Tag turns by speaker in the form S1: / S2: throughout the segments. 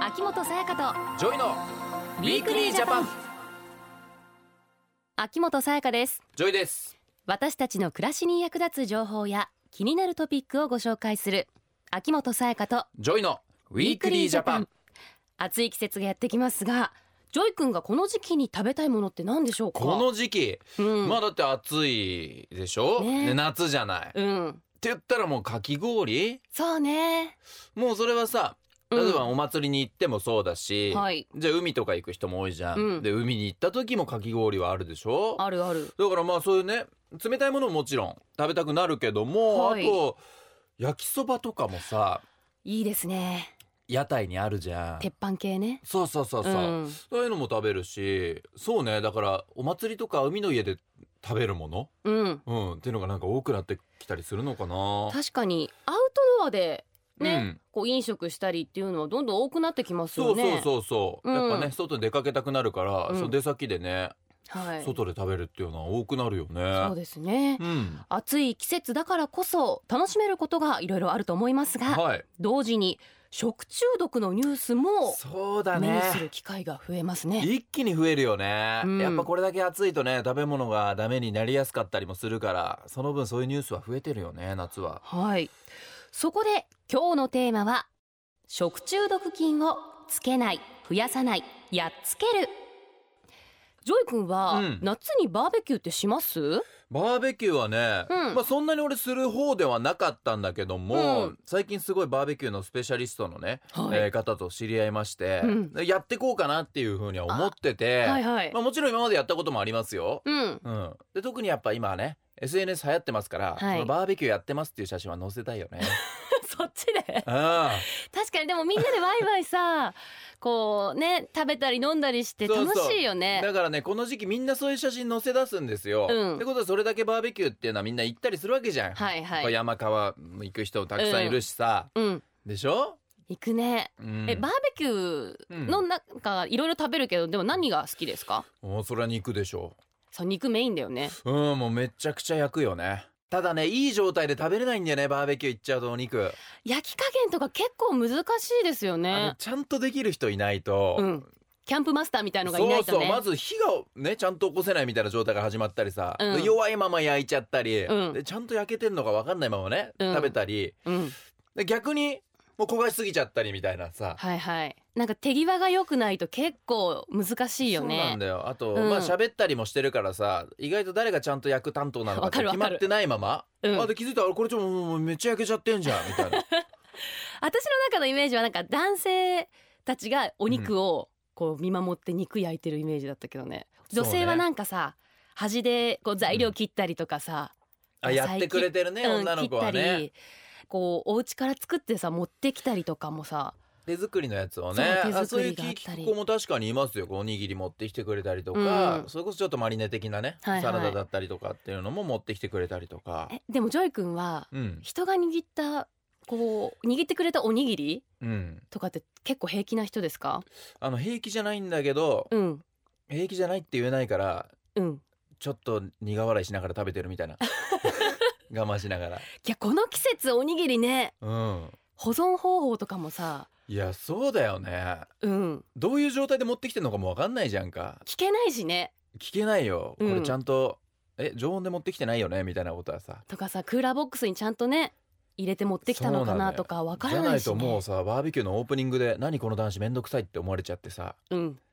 S1: 秋元才加と
S2: ジョイのウィークリージャパン
S1: 秋元才加です
S2: ジョイです
S1: 私たちの暮らしに役立つ情報や気になるトピックをご紹介する秋元才加と
S2: ジョイのウィークリージャパン
S1: 暑い季節がやってきますがジョイ君がこの時期に食べたいものって何でしょうか
S2: この時期、
S1: うん、
S2: まあだって暑いでしょ、
S1: ね
S2: で夏じゃない、って
S1: うん、
S2: 言ったらもうかき氷
S1: そうね
S2: もうそれはさ
S1: うん
S2: 例えばお祭りに行ってもそうだし、
S1: はい
S2: じゃあ海とか行く人も多いじゃん、
S1: うん
S2: で海に行った時もかき氷はあるでしょ
S1: あるある
S2: だからまあそういうね冷たいものももちろん食べたくなるけども、
S1: はい
S2: あと焼きそばとかもさ
S1: いいですね
S2: 屋台にあるじゃん
S1: 鉄板系ね
S2: そうそうそうそう、
S1: うん
S2: そういうのも食べるしそうねだからお祭りとか海の家で食べるもの、
S1: うん
S2: うん、っていうのがなんか多くなってきたりするのかな。
S1: 確かにアウトドアでね、
S2: うん
S1: こう飲食したりっていうのはどんどん多くなってきます
S2: そ
S1: よ
S2: う
S1: ね
S2: そうそうそう、
S1: うん
S2: やっぱね外に出かけたくなるから、
S1: うん
S2: その出先でね、
S1: はい
S2: 外で食べるっていうのは多くなるよ
S1: そう
S2: ね。
S1: ですね、
S2: うん、
S1: 暑い季節だからこそ楽しめることがいろいろあると思いますが、
S2: はい。
S1: 同時に食中毒のニュースも
S2: そうだ
S1: 目に
S2: ね。
S1: する機会が増えますね。
S2: 一気に増えるよね、
S1: うん
S2: やっぱこれだけ暑いとね食べ物がダメになりやすかったりもするからその分そういうニュースは増えてるよね夏は
S1: はい。そこで今日のテーマは食中毒菌をつけない増やさないやっつける。ジョイ君は、
S2: うん
S1: 夏にバーベキューってします？
S2: バーベキューはね、
S1: うん
S2: まあそんなに俺する方ではなかったんだけども、
S1: うん
S2: 最近すごいバーベキューのスペシャリストのね、
S1: はい
S2: えー方と知り合いまして、
S1: うん
S2: でやってこうかなっていうふうには思ってて、
S1: はいはい
S2: ま。あ、もちろん今までやったこともありますよ。
S1: うん。
S2: うん、で特にやっぱ今はね SNS 流行ってますから、
S1: はい
S2: そのバーベキューやってますっていう写真は載せたいよ ね。
S1: そっちで。
S2: あ
S1: 確かにでもみんなでワイワイ さ、こうね食べたり飲んだりして楽しいよね。
S2: だからねこの時期みんなそういう写真載せ出すんですよ。
S1: うん
S2: ってことはそれだけバーベキューっていうのはみんな行ったりするわけじゃん。
S1: はいはい。
S2: 山川行く人もたくさんいるしさ、
S1: うん。
S2: でしょ
S1: 行くね。
S2: うん
S1: え、バーベキューの中いろいろ食べるけどでも何が好きですか
S2: もうそれは肉でしょ
S1: そう肉メインだよね
S2: ううんもうめちゃくちゃ焼くよねただねいい状態で食べれないんだよねバーベキュー行っちゃうとお肉、
S1: 焼き加減とか結構難しいですよ
S2: あ
S1: ね
S2: のちゃんとできる人いないと、
S1: うんキャンプマスターみたいのがいないと
S2: そう
S1: ね
S2: そうまず火がねちゃんと起こせないみたいな状態が始まったりさ、
S1: うん
S2: で弱いまま焼いちゃったり、
S1: うん
S2: でちゃんと焼けてんのか分かんないままね、
S1: うん
S2: 食べたり
S1: うん
S2: で逆にもう焦がしすぎちゃったりみたいなさ、
S1: はいはいなんか手際が良くないと結構難しいよ
S2: そうな
S1: ね
S2: んだよあと、
S1: うん
S2: まあ喋ったりもしてるからさ意外と誰がちゃんと焼く担当なのかって
S1: わか
S2: 決
S1: るわ
S2: ま
S1: かる
S2: ってないまま、
S1: うん
S2: あで気づいたらこれちょっともうめっちゃ焼けちゃってんじゃんみたいな
S1: 私の中のイメージはなんか男性たちがお肉をこう見守って肉焼いてるイメージだったけどね
S2: そう
S1: 女
S2: ね
S1: 性はなんかさ端でこう材料切ったりとかさ、
S2: あ
S1: 野菜
S2: やってくれてるね、
S1: うん
S2: 女の子は
S1: 切った
S2: ね
S1: りこうお家から作ってさ持ってきたりとかもさ
S2: 手作りのやつを
S1: そ
S2: ね
S1: う
S2: あ
S1: 手
S2: そう
S1: 作
S2: いう
S1: りがあ
S2: 聞
S1: ったり
S2: く子も確かにいますよこうおにぎり持ってきてくれたりとか、
S1: うん
S2: それこそちょっとマリネ的なね、
S1: はいはい
S2: サラダだったりとかっていうのも持ってきてくれたりとか
S1: えでもジョイ君は
S2: うん
S1: 人が握ったこう握ってくれたおにぎり
S2: うん
S1: とかって結構平気な人ですか
S2: あの平気じゃないんだけど、
S1: うん
S2: 平気じゃないって言えないから
S1: うん
S2: ちょっと苦笑いしながら食べてるみ たいな我慢しながら
S1: いやこの季節おにぎりね
S2: うん
S1: 保存方法とかもさ
S2: いやそうだよね
S1: うん
S2: どういう状態で持ってきてるのかもわかんないじゃんか
S1: 聞けないしね
S2: 聞けないよこ
S1: う
S2: れ
S1: ん
S2: ちゃんと、え常温で持ってきてないよねみたいなことはさ
S1: とかさクーラーボックスにちゃんとね入れて持ってきたのかなとかわからないし、
S2: じゃ
S1: ね、
S2: ないともうさバーベキューのオープニングで「何この男子めんどくさい」って思われちゃってさ
S1: うん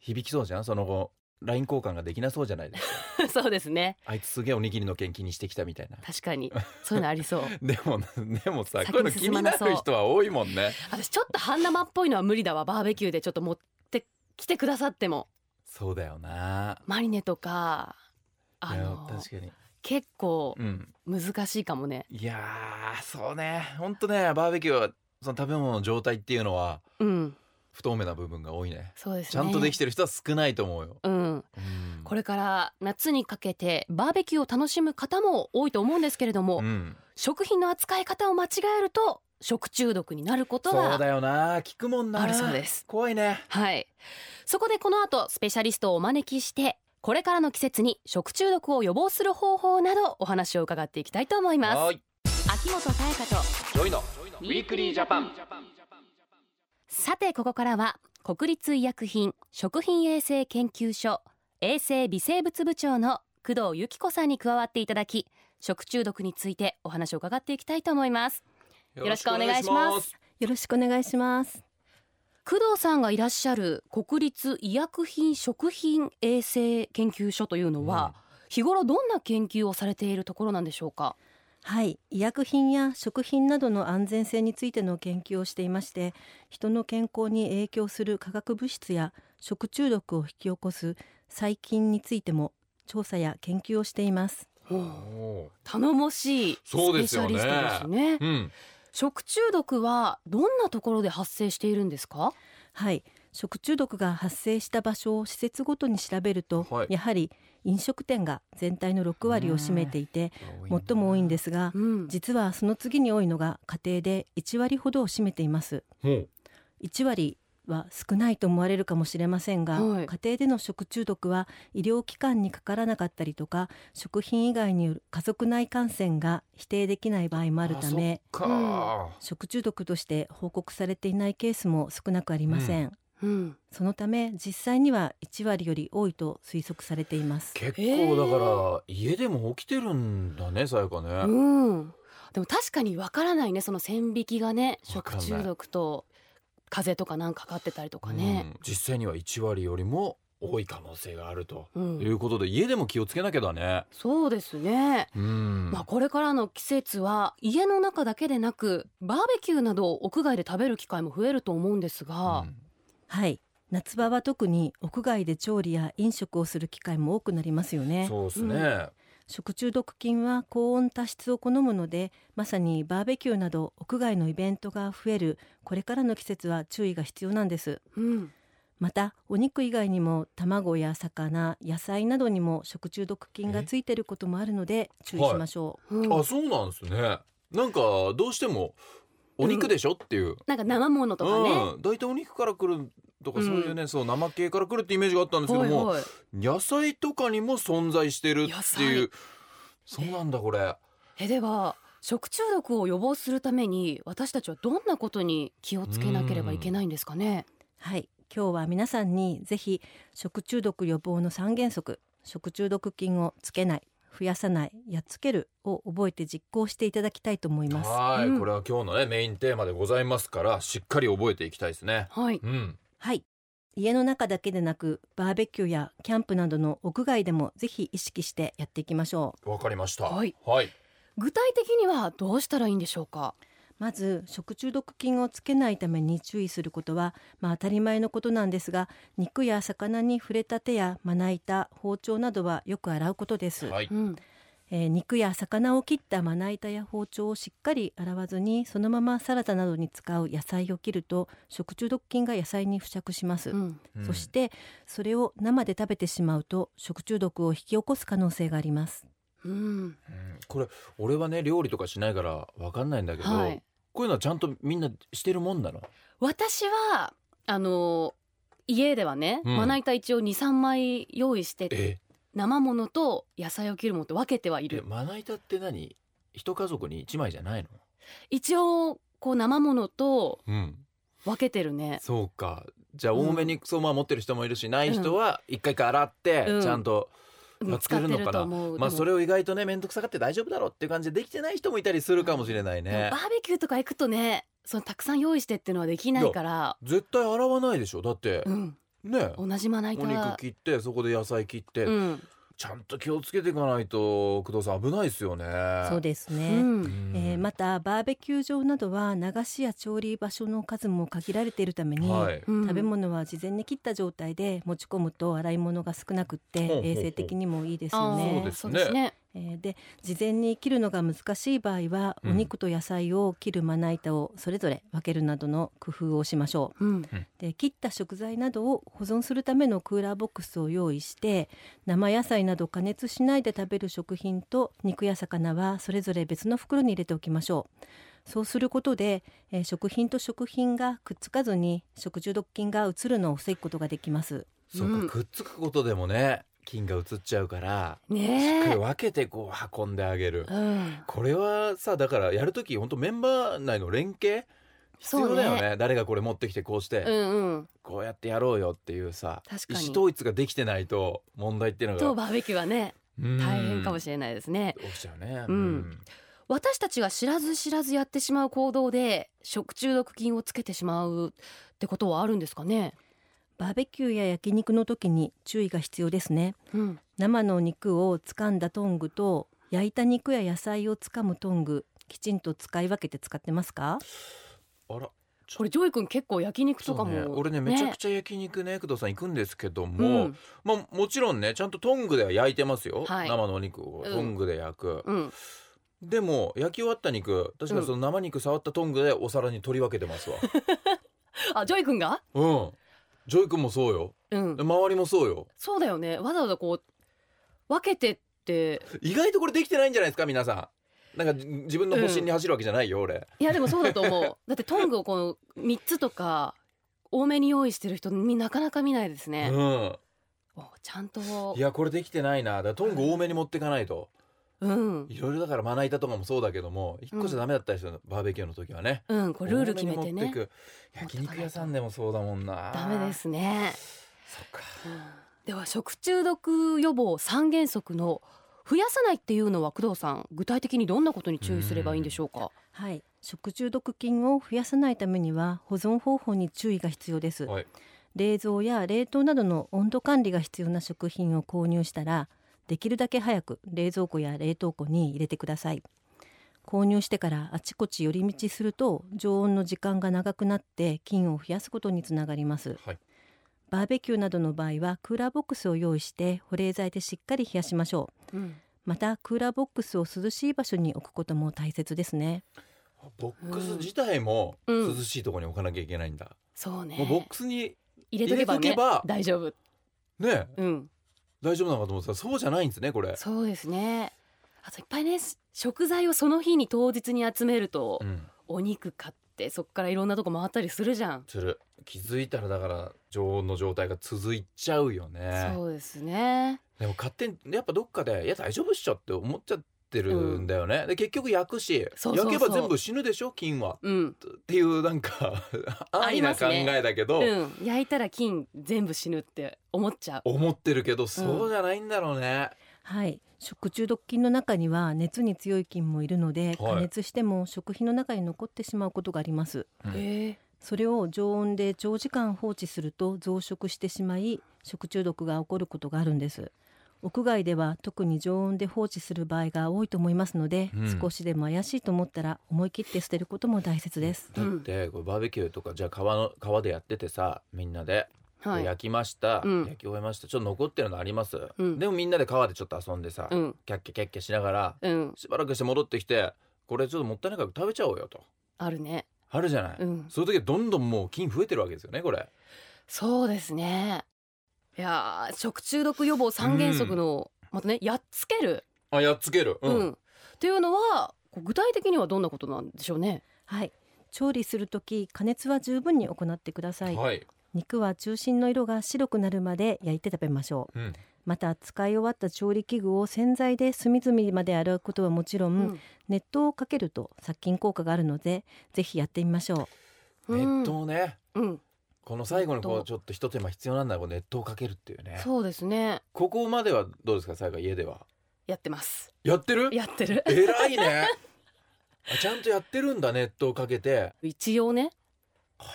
S2: 響きそうじゃんその後 LINE 交換ができなそうじゃないです か
S1: そうですね
S2: あいつすげえおにぎりの件気にしてきたみた いな
S1: 確か にそういうのありそう
S2: でもでもさ
S1: 先に
S2: こういうの気に
S1: 進
S2: な
S1: まなそ
S2: る
S1: う
S2: 人は多いもんね
S1: 私ちょっと半生っぽいのは無理だわバーベキューでちょっと持ってきてくださっても
S2: そうだよな
S1: マリネとかあ
S2: いや
S1: の
S2: 確かに
S1: 結構
S2: うん
S1: 難しいかもね
S2: いやーそうねほんとねバーベキューはその食べ物の状態っていうのは
S1: うん
S2: 不透明な部分が多いね
S1: そうですね
S2: ちゃんとできてる人は少ないと思うよ、
S1: うん、
S2: うん
S1: これから夏にかけてバーベキューを楽しむ方も多いと思うんですけれども、
S2: うん
S1: 食品の扱い方を間違えると食中毒になること
S2: そうだ
S1: が
S2: よな聞くもんな
S1: あるそうです
S2: 怖いね
S1: はいそこでこの後スペシャリストをお招きしてこれからの季節に食中毒を予防する方法などお話を伺っていきたいと思います
S2: はい
S1: 秋元彩香と
S2: ジョイの
S1: ウィークリージャパンさてここからは国立医薬品食品衛生研究所衛生微生物部長の工藤由紀子さんに加わっていただき食中毒についてお話を伺っていきたいと思いますよろしくお願いします
S3: よろしくお願いします
S1: 工藤さんがいらっしゃる国立医薬品食品衛生研究所というのは、日頃どんな研究をされているところなんでしょうか
S3: はい医薬品や食品などの安全性についての研究をしていまして人の健康に影響する化学物質や食中毒を引き起こす細菌についても調査や研究をしています
S2: おー
S1: 頼もしいス
S2: そう
S1: ペ
S2: です
S1: シャ
S2: よね
S1: リストですね
S2: うん
S1: 食中毒はどんなところで発生しているんですか
S3: はい食中毒が発生した場所を施設ごとに調べると、
S2: はい
S3: やはり飲食店が全体の6割を占めていて最も多いんですが
S1: うん、
S3: 実はその次に多いのが家庭で1割ほどを占めています
S2: ほう
S3: 1割は少ないと思われるかもしれませんが、
S1: はい
S3: 家庭での食中毒は医療機関にかからなかったりとか食品以外による家族内感染が否定できない場合もあるため
S2: あそっか
S3: 食中毒として報告されていないケースも少なくありません、
S1: うん、
S3: そのため実際には1割より多いと推測されています
S2: 結
S1: えー
S2: 構だから家でも起きてるんだねさやかね
S1: うん、でも確かにわからないねその線引きがね
S2: わかん
S1: 食
S2: ない
S1: 中毒と風邪とかなんかかかってたりとか
S2: う
S1: ね、
S2: ん実際には1割よりも多い可能性があると
S1: うん
S2: いうことで家でも気をつけなきゃだね
S1: そうですね、
S2: うん
S1: まあ、これからの季節は家の中だけでなくバーベキューなどを屋外で食べる機会も増えると思うんですが、
S2: うん
S3: はい夏場は特に屋外で調理や飲食をする機会も多くなりますよね
S2: そうです
S1: う
S2: ね
S3: 食中毒菌は高温多湿を好むのでまさにバーベキューなど屋外のイベントが増えるこれからの季節は注意が必要なんです
S1: うん
S3: またお肉以外にも卵や魚野菜などにも食中毒菌が
S2: え
S3: ついてることもあるので注意しましょう、
S1: うん
S2: あそうなんですねなんかどうしてもお肉でしょっていう
S1: なんか生ものとかね、
S2: うん、大体お肉からくるとか
S1: うん
S2: そういうね、そう生系からくるってイメージがあったんですけど
S1: はい
S2: も、
S1: はい
S2: 野菜とかにも存在してるっていうそうなんだこれ
S1: えでは食中毒を予防するために私たちはどんなことに気をつけなければいけないんですかね。
S3: はい今日は皆さんにぜひ食中毒予防の三原則食中毒菌をつけない増やさないやっつけるを覚えて実行していただきたいと思います
S2: はい、
S1: うん
S2: これは今日のねメインテーマでございますからしっかり覚えていきたいですね
S1: はい、
S2: うん
S3: はい家の中だけでなくバーベキューやキャンプなどの屋外でもぜひ意識してやっていきましょう
S2: わかりました
S1: はい、
S2: はい、
S1: 具体的にはどうしたらいいんでしょうか。
S3: まず食中毒菌をつけないために注意することは、まあ、当たり前のことなんですが肉や魚に触れた手やまな板包丁などはよく洗うことです、
S2: はい
S1: うん、
S3: えー肉や魚を切ったまな板や包丁をしっかり洗わずにそのままサラダなどに使う野菜を切ると食中毒菌が野菜に付着します、
S1: うん、
S3: そしてそれを生で食べてしまうと食中毒を引き起こす可能性があります
S1: うん、
S2: うん、うんこれ俺はね料理とかしないからわかんないんだけど、
S1: はい。
S2: こういうのはちゃんとみんなしてるもんなの
S1: 私はあの家ではね、
S2: うん
S1: まな板一応二三枚用意してて
S2: え
S1: 生ものと野菜を切るものと分けてはい
S2: え
S1: る。
S2: まな板って何一家族に一枚じゃないの
S1: 一応こう生ものと
S2: うん
S1: 分けてるね。
S2: そうかじゃあ
S1: うん
S2: 多めにそのまま持ってる人もいるし、ない人は一回一回洗って
S1: うん
S2: ちゃんと、
S1: うん
S2: 使ってるのかな
S1: 使ってると思う。
S2: まあ
S1: でも
S2: それを意外とね面倒くさがって大丈夫だろうっていう感じでできてない人もいたりするかもしれない
S1: でも
S2: ね
S1: バーベキューとか行くとねそのたくさん用意してっていうのはできないから、
S2: 絶対洗わないでしょだって
S1: う、ん、
S2: ね
S1: 同じまな板
S2: お肉
S1: は
S2: 切ってそこで野菜切って、
S1: うん
S2: ちゃんと気をつけていかないと工藤さん危ないですよね
S3: そうです
S1: う
S3: ね、
S1: ん
S3: えーまたバーベキュー場などは流しや調理場所の数も限られているために、
S2: はい、
S1: うん
S3: 食べ物は事前に切った状態で持ち込むと洗い物が少なくって
S2: ほうほうほう
S3: 衛生的にもいいです
S1: あ
S3: よ
S1: ー
S3: ね。
S2: そうです
S1: そうですね
S3: えーで事前に切るのが難しい場合は、
S2: うん
S3: お肉と野菜を切るまな板をそれぞれ分けるなどの工夫をしましょう。
S1: うん
S3: で切った食材などを保存するためのクーラーボックスを用意して生野菜など加熱しないで食べる食品と肉や魚はそれぞれ別の袋に入れておきましょうそうすることで、えー食品と食品がくっつかずに食中毒菌がうつるのを防ぐことができます
S2: そうか、
S1: うん
S2: くっつくことでもね菌が移っちゃうから、しっか
S1: ね
S2: り
S1: え
S2: 分けてこう運んであげる、
S1: うん
S2: これはさだからやるとき本当メンバー内の連携必要だよ
S1: そう
S2: ね誰がこれ持ってきてこうして、
S1: うんうん
S2: こうやってやろうよっていうさ意
S1: 確かに
S2: 思統一ができてないと問題っていうの
S1: と
S2: が
S1: バーベキューはね大変かも
S2: し
S1: しれないですね
S2: れない起きちゃうね
S1: うん私たちが知らず知らずやってしまう行動で食中毒菌をつけてしまうってことはあるんですかね
S3: バーベキューや焼肉の時に注意が必要ですね
S1: うん
S3: 生の肉を掴んだトングと焼いた肉や野菜を掴むトングきちんと使い分けて使ってますか
S2: あら
S1: これジョイ君結構焼肉と
S2: そ
S1: か
S2: う
S1: も、
S2: ね俺ねめちゃくちゃ焼肉ね工藤さん行くんですけども、
S1: うん
S2: まあもちろんねちゃんとトングでは焼いてますよ、
S1: はい
S2: 生のお肉を
S1: うん
S2: トングで焼く、
S1: うん
S2: でも焼き終わった肉確かにその生肉触ったトングでお皿に取り分けてますわ
S1: あジョイ君が
S2: うんジョイ君もそうよ
S1: うん
S2: 周りもそうよ
S1: そうだよねわざわざこう分けてって
S2: 意外とこれできてないんじゃないですか皆さんなんかじ自分の保身に走るわけじゃないよ、俺
S1: いやでもそうだと思 うだってトングをこの3つとか多めに用意してる人になかなか見ないですね、
S2: うん
S1: おちゃんと
S2: いやこれできてないなだからトング多めに持ってかないと
S1: うん
S2: いろいろだからまな板とかもそうだけども一個じゃダメだったりするの、バーベキューの時はね
S1: うんこれルール決め
S2: 多
S1: て
S2: に持っ
S1: ね
S2: く焼肉屋さんでもそうだもんな
S1: ダメですね
S2: そっか
S1: では食中毒予防三原則の増やさないっていうのは工藤さん具体的にどんなことに注意すればいいんでしょうか
S3: はい食中毒菌を増やさないためには保存方法に注意が必要です
S2: はい
S3: 冷蔵や冷凍などの温度管理が必要な食品を購入したらできるだけ早く冷蔵庫や冷凍庫に入れてください購入してからあちこち寄り道すると常温の時間が長くなって菌を増やすことにつながります
S2: はい
S3: バーベキューなどの場合はクーラーボックスを用意して保冷剤でしっかり冷やしましょう
S1: うん
S3: またクーラーボックスを涼しい場所に置くことも大切ですね
S2: ボックス自体も
S1: うん
S2: 涼しいところに置かなきゃいけないんだ、
S1: そうね
S2: もうボックスに
S1: 入れとけば,、ね、
S2: 入れとけば
S1: 大丈夫
S2: ね
S1: うん
S2: 大丈夫なのかと思ってたらそうじゃないんですねこ れ
S1: そうですねあといっぱいねし食材をその日に当日に集めると、
S2: うん
S1: お肉買ってそっからいろんなとこ回ったりするじゃん、
S2: する気づいたらだから常温の状態が続いちゃうよね
S1: そうですね
S2: でも勝手にやっぱどっかでいや大丈夫っしょって思っちゃってるんだよね、で結局焼くし
S1: そうそうそう
S2: 焼けば全部死ぬでしょ菌は
S1: うん、
S2: っていうなんか
S1: あり
S2: 安易
S1: ま
S2: な
S1: す
S2: 考
S1: ね
S2: えだけど、
S1: うん、焼いたら菌全部死ぬって思っちゃう
S2: 思ってるけどそうじゃないんだろうね、
S3: はい食中毒菌の中には熱に強い菌もいるの
S2: は
S3: で、
S2: い
S3: 加熱しても食品の中に残ってしまうことがあります
S2: うん
S1: へえ
S3: それを常温で長時間放置すると増殖してしまい食中毒が起こることがあるんです屋外では特に常温で放置する場合が多いと思いますので、
S2: うん
S3: 少しでも怪しいと思ったら思い切って捨てることも大切です
S2: だってこれバーベキューとかじゃあ川の川でやっててさみんなで、
S1: はい
S2: 焼きました、
S1: うん
S2: 焼き終えましたちょっと残ってるのあります、
S1: うん
S2: でもみんなで川でちょっと遊んでさ、
S1: うん
S2: キャッキャキャッキャしながら
S1: うん
S2: しばらくして戻ってきてこれちょっともったいないから食べちゃおうよと
S1: あるね
S2: あるじゃない、
S1: うん
S2: そういう時はどんどんもう菌増えてるわけですよねこれ
S1: そうですねいやー食中毒予防三原則の、またねやっつける、
S2: あやっつける
S1: うんっていうのはこう具体的にはどんなことなんでしょうね
S3: はい調理するとき加熱は十分に行ってください、
S2: はい、
S3: 肉は中心の色が白くなるまで焼いて食べましょう
S2: うん
S3: また使い終わった調理器具を洗剤で隅々まで洗うことはもちろん、
S1: うん
S3: 熱湯をかけると殺菌効果があるのでぜひやってみましょ
S1: うん
S2: 熱湯ね
S1: うん、
S2: この最後にこ
S1: 熱湯
S2: うちょっと一手間必要なんだこう熱湯かけるっていうね
S1: そうですね
S2: ここまではどうですか最後家では
S1: やってます
S2: やってる
S1: やってる
S2: 偉いねあちゃんとやってるんだ熱湯かけて
S1: 一応ね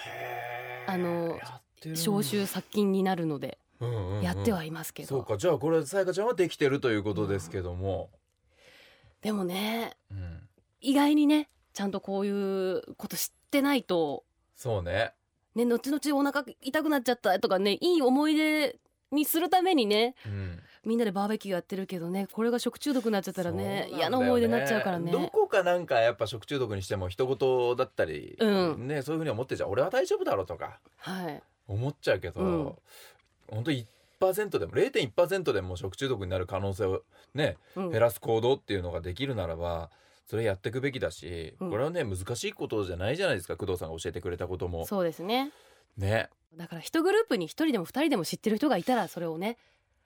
S2: へー
S1: あの
S2: やってるんだ
S1: 消臭殺菌になるので
S2: うんうんうん
S1: やってはいますけど、
S2: そうかじゃあこれさやかちゃんはできてるということですけども、
S1: でもね
S2: うん、
S1: 意外にねちゃんとこういうこと知ってないと
S2: そうね
S1: ね後々お腹痛くなっちゃったとかねいい思い出にするためにね
S2: うん
S1: みんなでバーベキューやってるけどねこれが食中毒になっちゃったらね
S2: そう
S1: 嫌
S2: んだ
S1: な
S2: よ
S1: 思い出になっちゃうからね
S2: どこかなんかやっぱ食中毒にしても人事だったり、
S1: うん
S2: ねそういうふうに思ってちゃう俺は大丈夫だろうとか
S1: はい
S2: 思っちゃうけど、
S1: うん
S2: 本当1%でも0.1%でも食中毒になる可能性をね
S1: うん
S2: 減らす行動っていうのができるならばそれやっていくべきだし、
S1: うん
S2: これはね難しいことじゃないじゃないですか工藤さんが教えてくれたことも
S1: そうですね
S2: ね
S1: だから一グループに一人でも二人でも知ってる人がいたらそれをね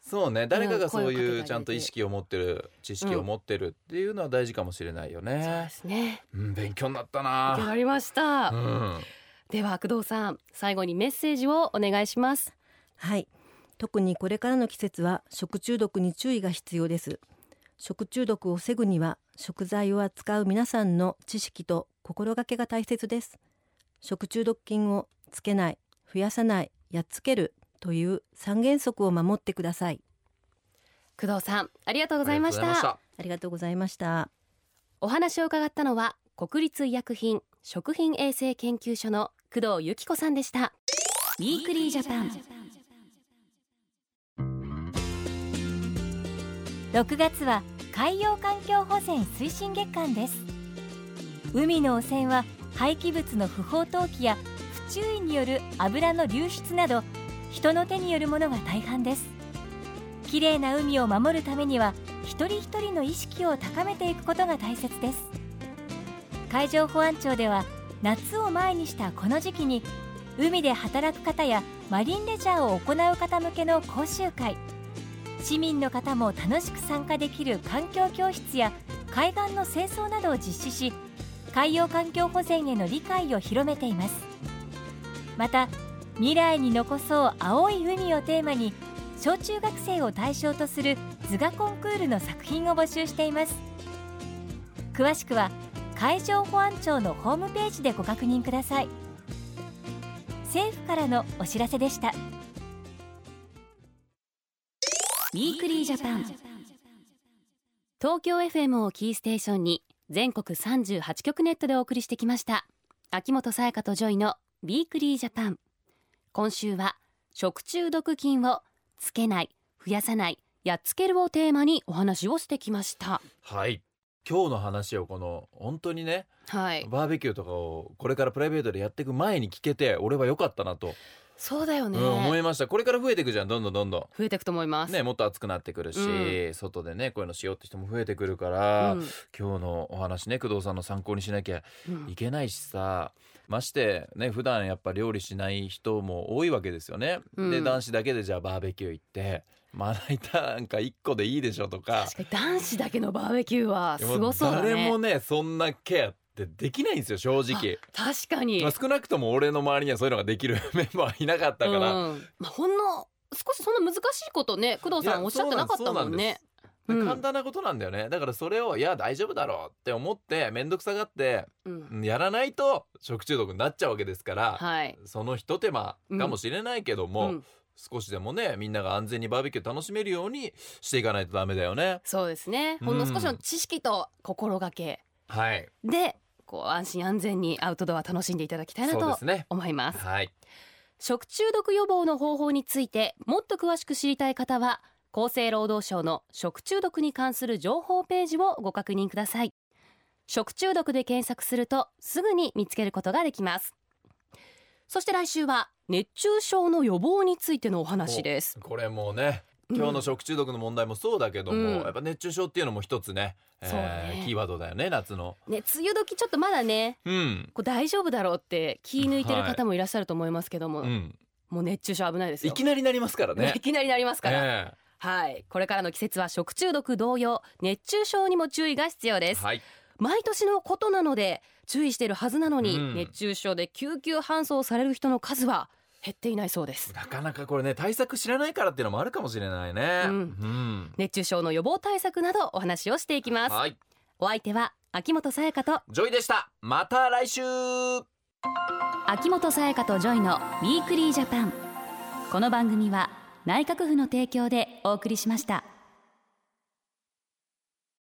S2: そうね誰か
S1: う
S2: が
S1: ん声を
S2: そう
S1: かけてあげ
S2: いう
S1: て
S2: ちゃんと意識を持ってる知識を持ってるっていうのは大事かもしれないよ
S1: そう
S2: ね
S1: で、すね
S2: うん、勉強になった
S1: わ
S2: な
S1: かりました、
S2: うん
S1: では工藤さん最後にメッセージをお願いします
S3: はい特にこれからの季節は食中毒に注意が必要です食中毒を防ぐには食材を扱う皆さんの知識と心がけが大切です食中毒菌をつけない増やさないやっつけるという三原則を守ってください
S1: 工藤さんありがとうご
S2: ご
S1: ざいました
S3: ありがとうございました
S1: お話を伺ったのは国立医薬品食品衛生研究所の工藤由紀子さんでしたウィークリージャパン
S4: 6月は海洋環境保全推進月間です海の汚染は廃棄物の不法投棄や不注意による油の流出など人の手によるものが大半ですきれいな海を守るためには一人一人の意識を高めていくことが大切です海上保安庁では夏を前にしたこの時期に海で働く方やマリンレジャーを行う方向けの講習会市民の方も楽しく参加できる環境教室や海岸の清掃などを実施し海洋環境保全への理解を広めていますまた未来に残そう青い海をテーマに小中学生を対象とする図画コンクールの作品を募集しています詳しくは海上保安庁のホームページでご確認ください政府からのお知らせでした
S1: ウィークリージャパン東京 FM をキーステーションに全国38局ネットでお送りしてきました秋元才加とジョイのウィークリージャパン今週は食中毒菌をつけない増やさないやっつけるをテーマにお話をしてきました
S2: はい今日の話をこの本当にね
S1: はい
S2: バーベキューとかをこれからプライベートでやっていく前に聞けて俺は良かったなと、
S1: そうだよね、
S2: うん、思いましたこれから増えていくじゃんどんどんどんど
S1: 増えていくと思いま
S2: ん
S1: す、
S2: ねもっと暑くなってくるし、
S1: う
S2: 外でねこういうのしようって人も増えてくるか
S1: う
S2: ら、
S1: ん
S2: 今日のお話ね工藤さんの参考にしなきゃ
S1: うん
S2: いけないしさましてね普段やっぱ料理しない人も多いわけですよね、
S1: うん
S2: で男子だけでじゃあバーベキュー行ってまな板なんか1個でいいでしょとか
S1: 確かに男子だけのバーベキューはすごそうだね
S2: 誰もねそんなケアってできないんですよ正直、
S1: 確かに
S2: まあ、少なくとも俺の周りにはそういうのができるメンバーはいなかったから、
S1: うんまあ、ほんの少しそんな難しいことね工藤さ
S2: い
S1: ん
S2: や
S1: おっしゃってなかったもんね
S2: そう
S1: う
S2: なんです
S1: ん
S2: 簡単なことなんだよねだからそれをいや大丈夫だろうって思って面倒くさがって
S1: うん、
S2: うんやらないと食中毒になっちゃうわけですから、
S1: はい
S2: そのひと手間かもしれないけども、
S1: うん
S2: 少しでもねみんなが安全にバーベキュー楽しめるようにしていかないとダメだよね
S1: そうですね
S2: うん
S1: ほんの少しの知識と心がけ
S2: はい
S1: でこう安心安全にアウトドア楽しんでいただきたいな
S2: そうで
S1: と
S2: すね
S1: 思います
S2: はい
S1: 食中毒予防の方法についてもっと詳しく知りたい方は厚生労働省の食中毒に関する情報ページをご確認ください食中毒で検索するとすぐに見つけることができますそして来週は熱中症の予防についてのお話です
S2: これもうね今日の食中毒の問題もそうだけども、
S1: うん
S2: やっぱ熱中症っていうのも一つね,、えー
S1: そうね
S2: キーワードだよね夏の
S1: ね梅雨時ちょっとまだね
S2: うん
S1: こう大丈夫だろうって気抜いてる方もいらっしゃると思いますけども、
S2: うん
S1: もう熱中症危ないです
S2: い
S1: よ
S2: きなりなりますからね
S1: いきなりなりますから、
S2: え
S1: はいこれからの季節は食中毒同様熱中症にも注意が必要
S2: え
S1: です
S2: はい
S1: 毎年のことなので注意しているはずなのに、
S2: うん
S1: 熱中症で救急搬送される人の数は減っていないそうです
S2: なかなかこれね対策知らないからっていうのもあるかもしれないね
S1: うん
S2: ん
S1: 熱中症の予防対策などお話をしていきます
S2: はい
S1: お相手は秋元才加と
S2: ジョイでしたまた来週
S1: 秋元才加とジョイのウィークリージャパンこの番組は内閣府の提供でお送りしました